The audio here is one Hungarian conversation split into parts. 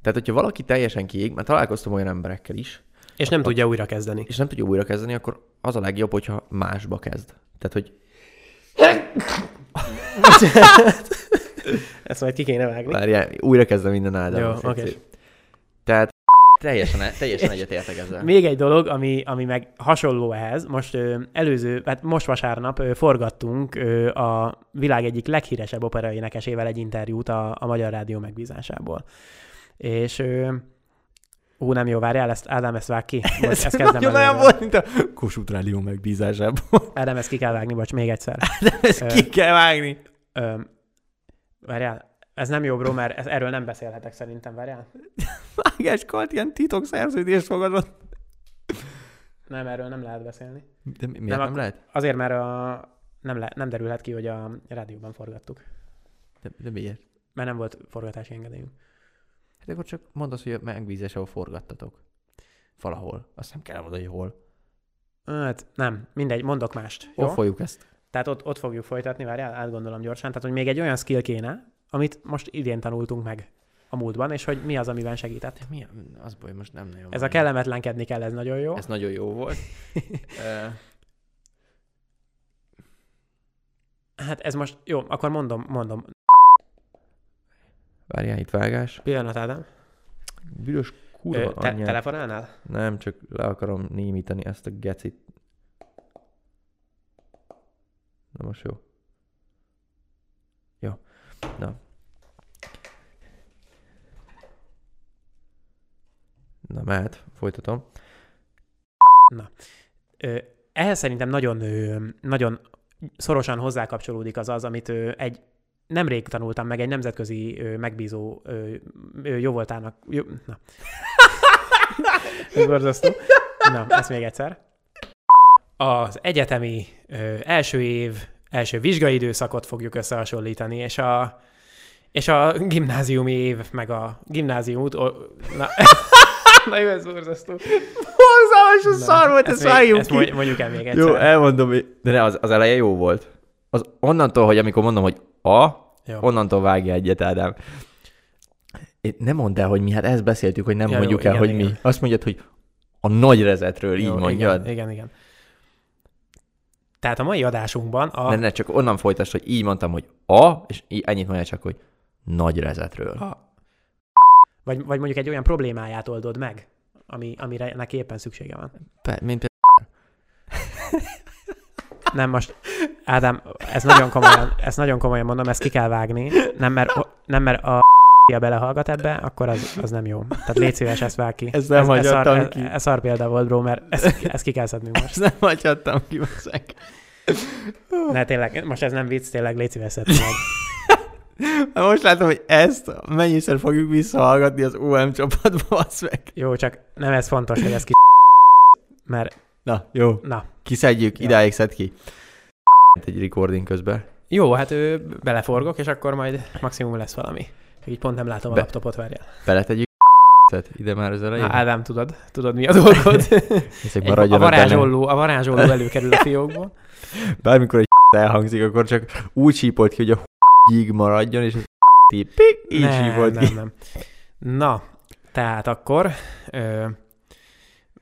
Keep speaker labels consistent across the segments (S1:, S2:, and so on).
S1: Tehát, hogyha valaki teljesen kiég, mert találkoztam olyan emberekkel is,
S2: És nem tudja újra kezdeni.
S1: és nem tudja újra kezdeni, akkor az a legjobb, hogyha másba kezd. Tehát, hogy
S2: Ezt majd ki kéne vágni.
S1: várjál, újra kezdem minden áldám.
S2: Jó,
S1: Szép,
S2: oké.
S1: szép. Tehát
S3: e-
S1: teljesen, teljesen egyetértek ezzel.
S2: Még egy dolog, ami, ami meg hasonló ehhez, most ö, előző, hát most vasárnap ö, forgattunk ö, a világ egyik leghíresebb operaénekesével egy interjút a, a Magyar Rádió megbízásából. És ö, ú, nem jó, várjál, ezt Ádám, ezt vág ki. Most
S3: Ez
S2: ezt kezdem
S3: nagyon olyan
S2: előről.
S3: volt, mint a Kossuth Rádió megbízásából.
S2: Ádám, ezt ki kell vágni, bocs, még egyszer.
S3: Ezt ki kell vágni.
S2: Ö, várjál, ez nem jó, bro, mert ez, erről nem beszélhetek szerintem, várjál.
S3: Vágás Kalt ilyen titok szerződést fogadott.
S2: Nem, erről nem lehet beszélni.
S3: De mi- miért
S2: Nem,
S3: nem,
S2: akkor-
S3: lehet?
S2: Azért, mert a, nem, le, nem derülhet ki, hogy a rádióban forgattuk.
S3: De, de miért?
S2: Mert nem volt forgatási engedélyünk.
S3: Hát akkor csak mondd azt, hogy megbízás, ahol forgattatok. Valahol. Azt nem kell mondani, hogy hol.
S2: Hát nem, mindegy, mondok mást. Jó?
S3: Hol folyjuk ezt?
S2: Tehát ott, ott fogjuk folytatni, várjál, átgondolom gyorsan. Tehát, hogy még egy olyan skill kéne, amit most idén tanultunk meg a múltban, és hogy mi az, amiben segített.
S3: De mi? Az baj, most nem nagyon.
S2: Ez a
S3: kell.
S2: kellemetlenkedni kell, ez nagyon jó.
S3: Ez nagyon jó volt. Ö,
S2: Hát ez most, jó, akkor mondom, mondom.
S1: Várjál, itt vágás.
S2: Pillanat, Ádám.
S1: Büdös kurva
S2: Ö, te,
S1: anyját.
S2: telefonálnál?
S1: Nem, csak le akarom némítani ezt a gecit. Na most jó. Jó. Na. Na mehet, folytatom.
S2: Ö, ehhez szerintem nagyon, ö, nagyon szorosan hozzákapcsolódik az az, amit ö, egy nemrég tanultam meg egy nemzetközi ö, megbízó ö, ö, jóvoltának. Jó, na. Ez borzasztó. Na, ezt még egyszer. Az egyetemi ö, első év, első vizsgaidőszakot fogjuk összehasonlítani, és a, és a gimnáziumi év, meg a gimnázium ut... o- Na, na jó, ez borzasztó.
S3: Borzalmas a
S2: Na,
S3: szar volt, ezt
S2: még-
S3: vágjuk
S2: ezt
S3: ki. e-
S2: mondj- mondjuk el még egyszer.
S1: Jó, elmondom, hogy- de ne, az, az eleje jó volt. Az onnantól, hogy amikor mondom, hogy a,
S2: Jó.
S1: onnantól vágja egyet, Ádám. Én nem mondd el, hogy mi, hát ezt beszéltük, hogy nem
S2: Ja,
S1: ja,
S2: jó,
S1: mondjuk jó, el,
S2: igen,
S1: hogy igen. mi.
S2: igen.
S1: Azt mondjad, hogy a nagy rezetről, így
S2: Jó,
S1: mondjad.
S2: Igen, igen, igen. Tehát a mai adásunkban a...
S1: Ne, ne, csak onnan folytasd, hogy így mondtam, hogy a, és í- ennyit mondja csak, hogy nagy rezetről.
S2: a vagy, vagy mondjuk egy olyan problémáját oldod meg, ami, amire neki éppen szüksége van.
S1: Pe- mint
S2: Nem, most, Ádám, ez nagyon komolyan, ezt nagyon komolyan mondom, ezt ki kell vágni. Nem, mert, nem, mert a a belehallgat ebbe, akkor az, az nem jó. Tehát légy szíves, ezt vág ki.
S3: Ezt nem
S2: ez, szar,
S3: hagyhattam
S2: ez,
S3: ki.
S2: ez szar példa volt, bro, mert ezt, ezt ki kell szednünk most.
S3: Ezt nem hagyhattam ki, bazzeg.
S2: Ne, tényleg, most ez nem vicc, tényleg légy szíves, szedd ki meg.
S3: Hát Most látom, hogy ezt mennyiszer fogjuk visszahallgatni az UM csapatba, az meg.
S2: Jó, csak nem ez fontos, hogy ez ki... Mert,
S3: Na, jó.
S2: na.
S3: Kiszedjük,
S2: Ja.
S3: idáig szed ki.
S1: egy recording közben.
S2: Jó, hát ő beleforgok, és akkor majd maximum lesz valami. Csak így pont nem látom a
S1: Be-
S2: laptopot, várjál.
S1: Beletegyük tehát ide már az elején.
S2: Na, Ádám, tudod, tudod mi a dolgod.
S1: Hiszek,
S2: Egy, a,
S1: maradjon a, benne.
S2: varázsolló, a varázsolló előkerül a fiókból.
S1: Bármikor egy elhangzik, akkor csak úgy sípolt ki, hogy a így maradjon, és az így, pik, így
S2: Nem,
S1: sípolt
S2: nem,
S1: ki.
S2: nem. Na, tehát akkor ö,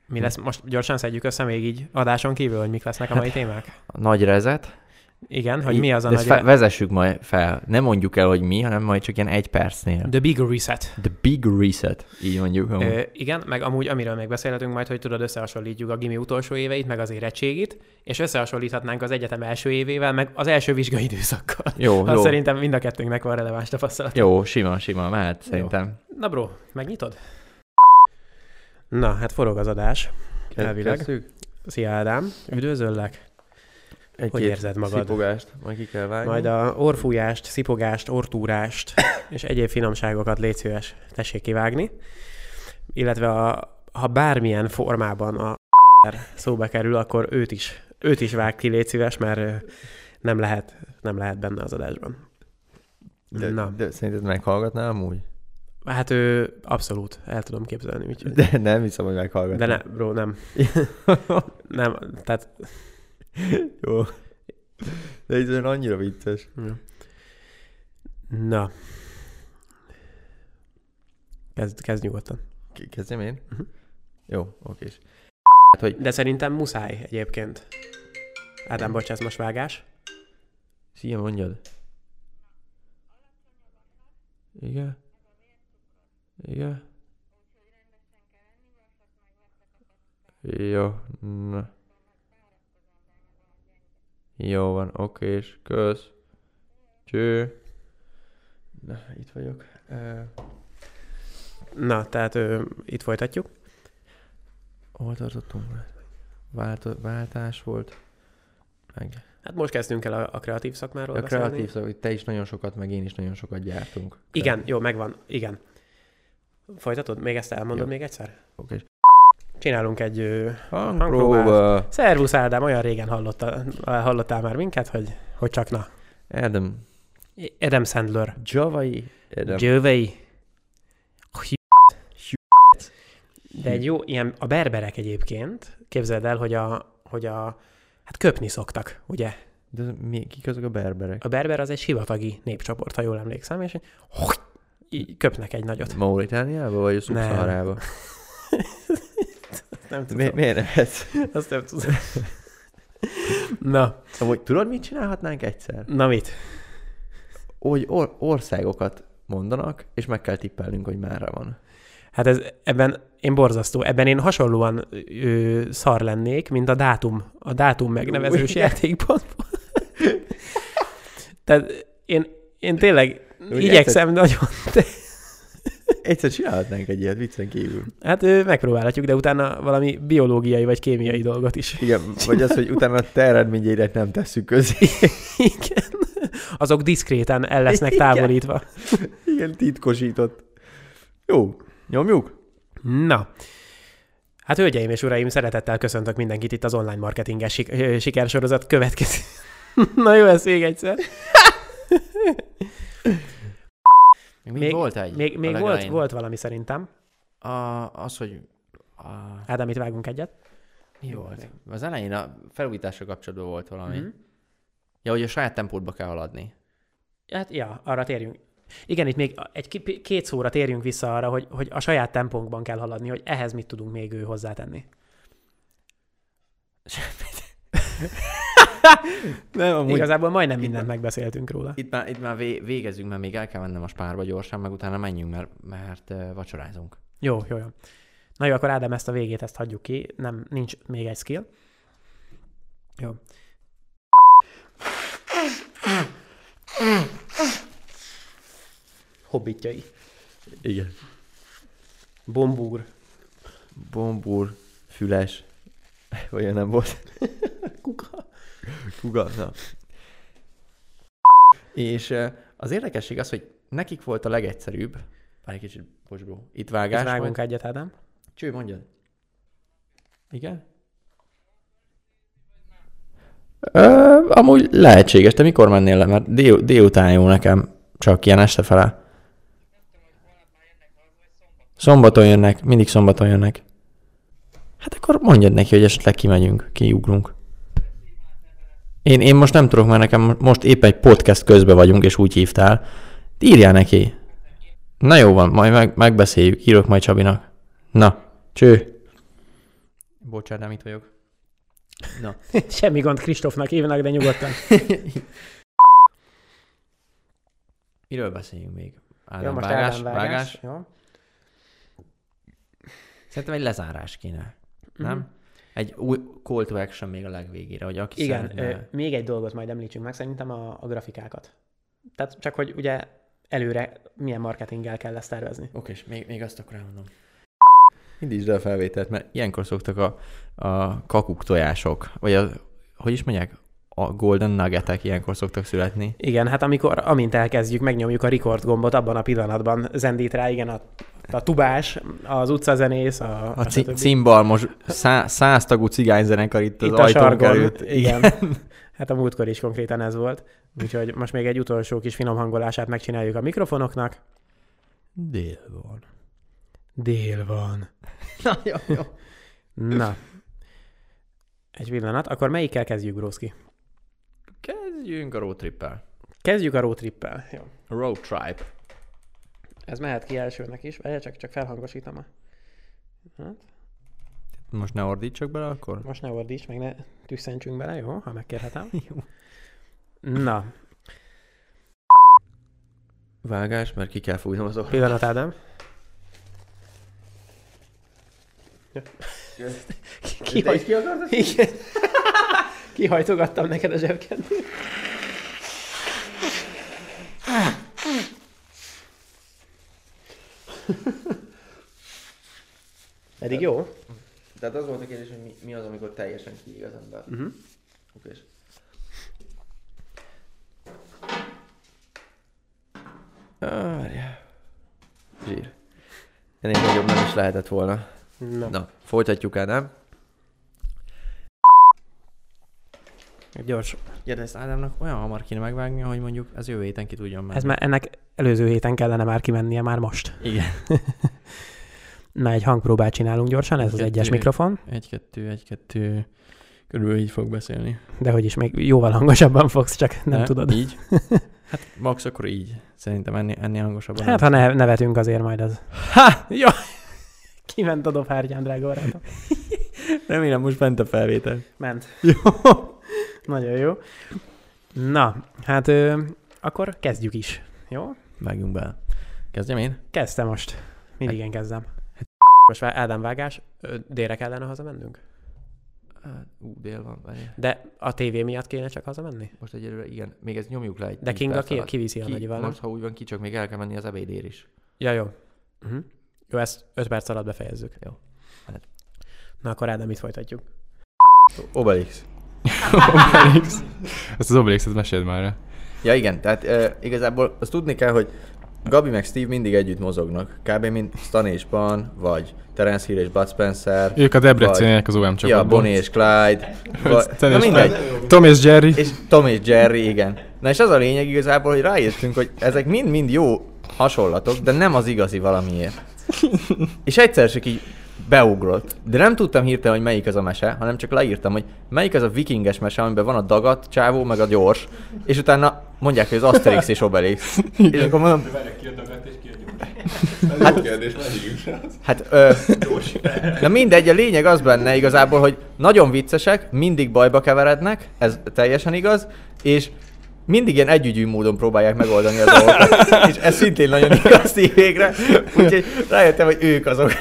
S2: mi lesz, most gyorsan szedjük össze még így adáson kívül, hogy mik lesznek a
S1: Hát,
S2: mai témák.
S1: A nagy rezet.
S2: Igen, hogy mi az a
S1: De ezt
S2: nagy...
S1: fe- vezessük majd fel. Nem mondjuk el, hogy mi, hanem majd csak ilyen egy percnél.
S2: The Big Reset.
S1: The big reset. Így mondjuk. amúgy.
S2: Ö, igen, meg amúgy, amiről még beszélhetünk majd, hogy tudod, összehasonlítjuk a gimi utolsó éveit, meg az érettségit, és összehasonlíthatnánk az egyetem első évével, meg az első vizsgai időszakkal.
S1: Jó,
S2: Azt
S1: jó.
S2: szerintem mind a kettőnknek van releváns tapasztalat.
S1: Jó, sima, sima, mehet szerintem.
S2: Na bro, megnyitod? Na, hát forog az adás. Elvileg.
S1: Kezdjük?
S2: Szia Ádám, üdvözöllek.
S1: Egy
S2: Hogy érzed magad?
S1: Szipogást, majd ki kell vágni.
S2: Majd a orfújást, szipogást, ortúrást és egyéb finomságokat légy szíves, tessék kivágni. Illetve a, ha bármilyen formában a szóba kerül, akkor őt is, őt is vág ki, légy szíves, mert ö, nem lehet, nem lehet benne az adásban.
S1: De,
S2: Na.
S1: Na. de szerinted meghallgatná amúgy?
S2: Hát ő abszolút el tudom képzelni, úgyhogy.
S1: De nem hiszem, hogy
S2: De
S1: meghallgatná.
S2: ne, bro, nem. Nem, tehát...
S1: Jó. De ez olyan annyira vicces.
S2: Na. Kezd, kezd nyugodtan.
S1: Ki- Kezdjem én?
S2: Mhm.
S1: Jó, oké is. Hát,
S2: De szerintem muszáj egyébként. Ádám, bocs, ez most vágás.
S1: Szia, mondjad. Igen. Igen. Jó, na. Jó van, oké, és kösz. Cső. Na, itt vagyok. Uh,
S2: Na, tehát ö, itt folytatjuk.
S1: hol tartottunk? Vált, váltás volt. Meg.
S2: Hát most kezdtünk el a, a kreatív szakmáról
S1: A
S2: beszélni.
S1: kreatív szó, hogy te is nagyon sokat, meg én is nagyon sokat gyártunk.
S2: Igen, jó, megvan. Igen. Folytatod? Még ezt elmondod
S1: Jó.
S2: még egyszer?
S1: Oké. és
S2: Csinálunk egy... Ö...
S1: Hangpróba.
S2: Szervusz Ádám, olyan régen hallotta, hallottál már minket, hogy, hogy csak na.
S1: Adam.
S2: Adam Sandler.
S1: Javai. Adam.
S2: Jövei. De
S1: Hm.
S2: egy jó, ilyen a berberek egyébként, képzeld el, hogy a, hogy a hát köpni szoktak, ugye?
S1: De ez mi, kik azok a berberek?
S2: A berber az egy sivatagi népcsoport, ha jól emlékszem, és hogy így köpnek egy nagyot.
S1: Mauritániába vagy a Szubszaharába?
S2: Nem tudom.
S1: Mi, miért nem ez?
S2: Azt nem tudom. Na,
S1: Amúgy tudod, mit csinálhatnánk egyszer?
S2: na mit?
S1: Hogy or- országokat mondanak, és meg kell tippelnünk, hogy merre van.
S2: Hát ez, ebben én borzasztó, ebben én hasonlóan ö, szar lennék, mint a dátum, a dátum megnevezős
S1: Igen.
S2: játékban. Tehát én, én tényleg
S1: Ugye
S2: igyekszem nagyon, de
S1: Egyszer csinálhatnánk egy ilyet viccen kívül.
S2: hát ö, megpróbálhatjuk, de utána valami biológiai vagy kémiai dolgot is.
S1: Igen, vagy az, hogy utána a te eredményeidet nem tesszük közé.
S2: Igen. Azok diszkréten el lesznek
S1: Igen.
S2: távolítva.
S1: Igen, titkosított. Jó, nyomjuk?
S2: Na, hát hölgyeim és uraim, szeretettel köszöntök mindenkit itt az online marketinges sik- ö, sikersorozat következő. Na jó, ez még egyszer.
S3: Még, még
S2: Még-
S3: volt egy.
S2: Még,
S3: a
S2: még volt,
S3: legelején.
S2: volt valami szerintem.
S3: A, az, hogy... A,
S2: Ádám, itt vágunk egyet.
S3: mi volt? Az elején a felújításra kapcsolatban volt valami.
S1: Mhm.
S2: Mhm.
S3: Mm-hmm. Ja, hogy a saját tempódba kell haladni.
S2: Hát, ja, arra térjünk. Igen, itt még egy ki- két szóra térjünk vissza arra, hogy, hogy a saját tempónkban kell haladni, hogy ehhez mit tudunk még ő hozzátenni.
S1: Nem, amúgy...
S2: Igazából majdnem mindent megbeszéltünk róla.
S3: Itt már, itt már vé- végezünk, mert még el kell mennem a spárba gyorsan, meg utána menjünk, mert, mert ö, vacsorázunk.
S2: Jó, jó, jó. Na jó, akkor Ádám, ezt a végét, ezt hagyjuk ki. Nem, nincs még egy skill. Jó. Hobbitjai.
S1: Igen.
S2: Bombúr.
S1: Bombúr, füles, olyan nem volt. Kuga. Kuga, na.
S3: És ö, az érdekesség az, hogy nekik volt a legegyszerűbb, várj egy kicsit, bocsgó, itt vágás
S2: Itt
S3: volt.
S2: vágunk egyet, Ádám.
S3: Cső, mondjad. Igen? Ö, amúgy lehetséges, de mikor mennél le? Mert dél, délután jó nekem, csak ilyen este fele. Szombaton jönnek, mindig szombaton jönnek. Hát akkor mondjad neki, hogy esetleg kimegyünk, kiugrunk. Én, én most nem tudok, mert nekem most épp egy podcast közbe vagyunk, és úgy hívtál. Írjál neki. Na jó van, majd meg, megbeszéljük, írok majd Csabinak. Na, cső. Bocsánat, nem itt vagyok. Na.
S2: Semmi gond, Kristófnak hívnak, de nyugodtan.
S3: Miről beszéljünk még? Ádám,
S2: Jó, most
S3: vágás,
S2: Ádám
S3: vágás. vágás.
S2: Jó.
S3: Szerintem egy lezárás kéne, nem?
S2: Mhm.
S3: Egy új call to action még a legvégére, hogy aki
S2: Igen,
S3: szeretne...
S2: ö, még egy dolgot majd említsünk meg, szerintem a, a grafikákat. Tehát csak, hogy ugye előre milyen marketinggel kell ezt tervezni.
S3: Oké, és még, még azt akkor elmondom.
S1: Indítsd el a felvételt, mert ilyenkor szoktak a, a kakuk tojások, vagy a, hogy is mondják, a golden nuggetek ilyenkor szoktak születni.
S2: Igen, hát amikor, amint elkezdjük, megnyomjuk a record gombot, abban a pillanatban zendít rá, igen, a, a tubás, az utcazenész, Hát a,
S1: A
S2: stb.
S1: c- cimbalmos, szá- száztagú cigányzenekar itt az
S2: Itt a
S1: ajtón
S2: sargon,
S1: került.
S2: igen. Hát a múltkor is konkrétan ez volt. Úgyhogy most még egy utolsó kis finom hangolását megcsináljuk a mikrofonoknak.
S1: Dél van.
S2: Dél van.
S3: Na, jó, jó.
S2: Na. Egy pillanat, akkor melyikkel kezdjük, Grószki?
S3: Kezdjünk a road trippel.
S2: Kezdjük a road trippel. Jó.
S3: Road tribe.
S2: Ez mehet ki elsőnek is, vagy csak, csak felhangosítom a... Hát,
S1: Most ne ordítsak bele akkor?
S2: most ne ordíts, meg ne tüsszentsünk bele, jó? Ha megkérhetem. jó. Na,
S1: Vágás, mert ki kell fújnom az orrát.
S2: pillanat, Ádám. Ki, hogy...
S1: ki akartad?
S2: Igen. Kihajtogattam neked a zsebkendőt. Eddig jó?
S1: Tehát az volt a kérdés, hogy mi, mi az, amikor teljesen kiég az ember. Uh-huh. Oké. Zsír. Ennél nagyobb nem is lehetett volna.
S2: Na.
S1: Na, folytatjuk el, nem?
S2: Gyors.
S1: Kérdezt Ádámnak olyan hamar kéne megvágni, hogy mondjuk az jövő héten ki tudjon menni.
S2: Ez már ennek előző héten kellene már kimennie, már most.
S1: Igen.
S2: Na, egy hangpróbát csinálunk gyorsan, ez az
S1: Kettő.
S2: egyes mikrofon,
S1: Egy-kettő, egy-kettő. Körülbelül így fog beszélni.
S2: de hogy is még jóval hangosabban fogsz, csak nem
S1: Ne?
S2: tudod.
S1: Így? Hát max akkor így. Szerintem ennél, ennél hangosabban.
S2: Hát, ha ne, nevetünk azért majd az. Ha! Jó! Kiment a dobhárgyán, drága barátom.
S1: Remélem most bent a felvétel.
S2: Ment. Jó. Nagyon jó. Na, hát ö, akkor kezdjük is. Jó?
S1: Vágjunk be. Kezdjem én?
S2: Kezdtem most. Mindig
S1: Hát-
S2: én kezdem. Hát, Most már Ádám vágás, ö, délre kellene hazamennünk?
S1: Ú, dél van, várjál.
S2: De a tévé miatt kéne csak hazamenni?
S1: Most egyelőre igen, még ezt nyomjuk le egy
S2: De
S1: tíz
S2: Kinga
S1: perc
S2: ki,
S1: alatt.
S2: kiviszi a
S1: ki,
S2: nagyival. nem?
S1: Most, ha úgy van ki, csak még el kell menni az ebédér is.
S2: Ja, jó. Uh-huh. Jó, ezt 5 perc alatt befejezzük.
S1: Jó. Mehet.
S2: Na akkor Ádám, itt folytatjuk.
S1: Obelix.
S4: Obelix. Ezt az Obelixet meséld már el.
S1: Ja igen, tehát e, igazából azt tudni kell, hogy Gabi meg Steve mindig együtt mozognak. Kb. mint Stan és Pan, vagy Terence Hill és Bud Spencer.
S4: Ők a debreceniek az OM
S1: Ja,
S4: csoportban.
S1: Bonnie és Clyde. Vagy,
S4: Stan
S1: na
S4: és
S1: mindegy.
S4: Tom. Tom és Jerry.
S1: És Tom és Jerry, igen. Na és az a lényeg igazából, hogy rájöttünk, hogy ezek mind-mind jó hasonlatok, de nem az igazi valamiért. És egyszer csak így beugrott. De nem tudtam hirtelen, hogy melyik az a mese, hanem csak leírtam, hogy melyik az a vikinges mese, amiben van a dagat, csávó, meg a gyors, és utána mondják, hogy az Asterix és Obelix. és akkor mondom,
S5: Hát, kérdés, megyünk se az.
S1: Hát, ö, na mindegy, a lényeg az benne igazából, hogy nagyon viccesek, mindig bajba keverednek, ez teljesen igaz, és mindig ilyen együgyű módon próbálják megoldani a dolgokat, és ez szintén nagyon igaz végre, úgyhogy rájöttem, hogy ők azok.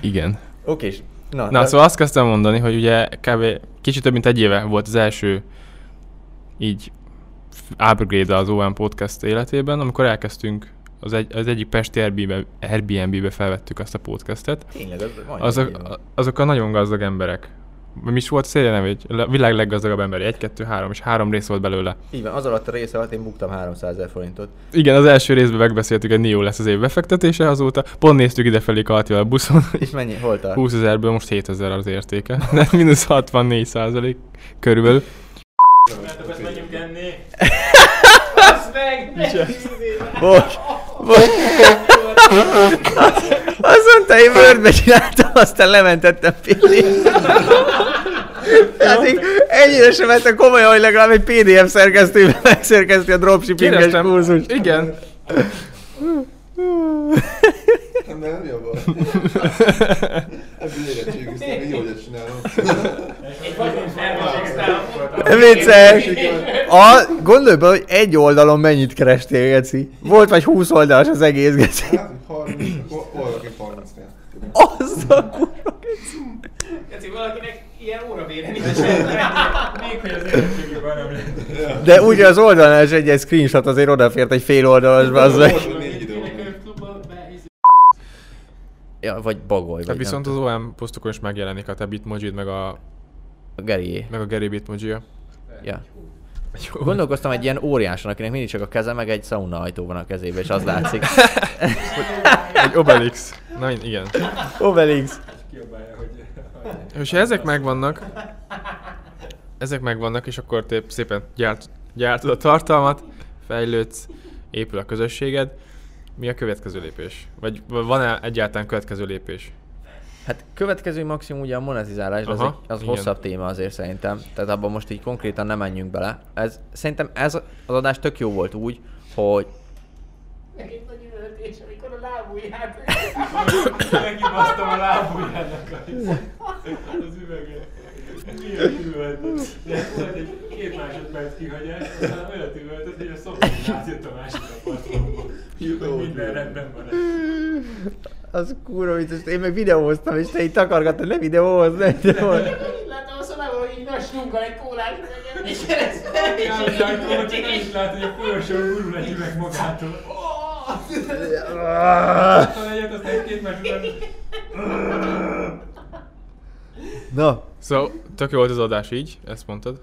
S4: Igen.
S1: Oké, és na,
S4: Na,
S1: de-
S4: szóval azt kezdtem mondani, hogy ugye kb. kicsit több mint egy éve volt az első így upgrade az OM podcast életében, amikor elkezdtünk az, egy, az egyik Pesti Airbnb-be, Airbnb-be felvettük azt a podcastet.
S1: tényleg, az, majdnem
S4: Azok,
S1: így van.
S4: a- azok a nagyon gazdag emberek. Mi is volt szélje neve? Egy- le- világ leggazdagabb emberi. Egy, kettő, három, és három rész volt belőle.
S1: Így van, az alatt a rész alatt én buktam 300 ezer forintot.
S4: Igen, az első részben megbeszéltük, hogy Nio lesz az év befektetése azóta. Pont néztük idefelé Kaltival a buszon,
S1: És mennyi, hol tart?
S4: 20 ezerből most 7 ezer az értéke. De mínusz 64 százalék körülbelül.
S1: Most, most. Azt mondta, én Wordbe csináltam, aztán lementettem pillét. Tehát így ennyire sem vettem komolyan, hogy legalább egy PDF szerkesztőben megszerkeszti a dropshippinges
S4: Kérdeztem.
S1: kurzust.
S4: Igen.
S5: Nem, nem jó volt. Ebből érettségüztem, hogy jó, hogy ezt csinálom.
S1: Nem vicces. A, gondolj be, hogy egy oldalon mennyit kerestél, Geci. Volt vagy 20 oldalas az egész, Geci.
S5: Hát, 30, hol- hol lakik 30 -nél?
S1: Az a kurva, Geci.
S2: Geci, valakinek ilyen óra véleni, még hogy az érettségében nem lehet.
S1: De ugye az oldalon is egy, egy screenshot azért odafért egy fél oldalasba, az meg.
S5: Volt négy idő van.
S1: Ja, vagy bagoly, vagy
S4: De Hát viszont az OM posztokon is megjelenik a te bitmojid, meg a,
S1: Gerié.
S4: meg a Gary bitmoji
S1: Ja. Gondolkoztam egy ilyen óriáson, akinek mindig csak a keze, meg egy szauna ajtó van a kezébe, és az látszik.
S4: Egy Obelix. Na mind- igen.
S1: Obelix.
S4: És ha ezek megvannak, ezek megvannak, és akkor te szépen gyárt, gyártod a tartalmat, fejlődsz, épül a közösséged. Mi a következő lépés? Vagy van-e egyáltalán következő lépés?
S1: Hát következő maximum ugye a monetizálás, de az,
S4: Aha,
S1: egy, az
S4: igen.
S1: hosszabb téma azért szerintem. Tehát abban most így konkrétan nem menjünk bele. Ez, szerintem ez az adás tök jó volt úgy, hogy
S6: Megint a gyűlöltés, amikor a lábúját...
S4: Megibasztam a lábujjának a az üveget. Milyen üvölt. De volt egy két másodperc kihagyás, aztán olyat üvöltött, hogy a szomszéd átjött a másik apartmanba. Hogy minden rendben van.
S1: Az kurva vicces, én meg videóztam, és te itt takargattad, nem videóhoz, nem videóhoz.
S6: Láttam a szobában, hogy így nagy snuggal egy kólás üveget, és keresztül.
S4: Járok Dánkóba, csak nem is látod, hogy a folyosón gurul egy üveg magától. Aztán egyet, aztán egy két másodperc.
S1: Na,
S4: Szóval, tök jó volt az adás így, ezt mondtad.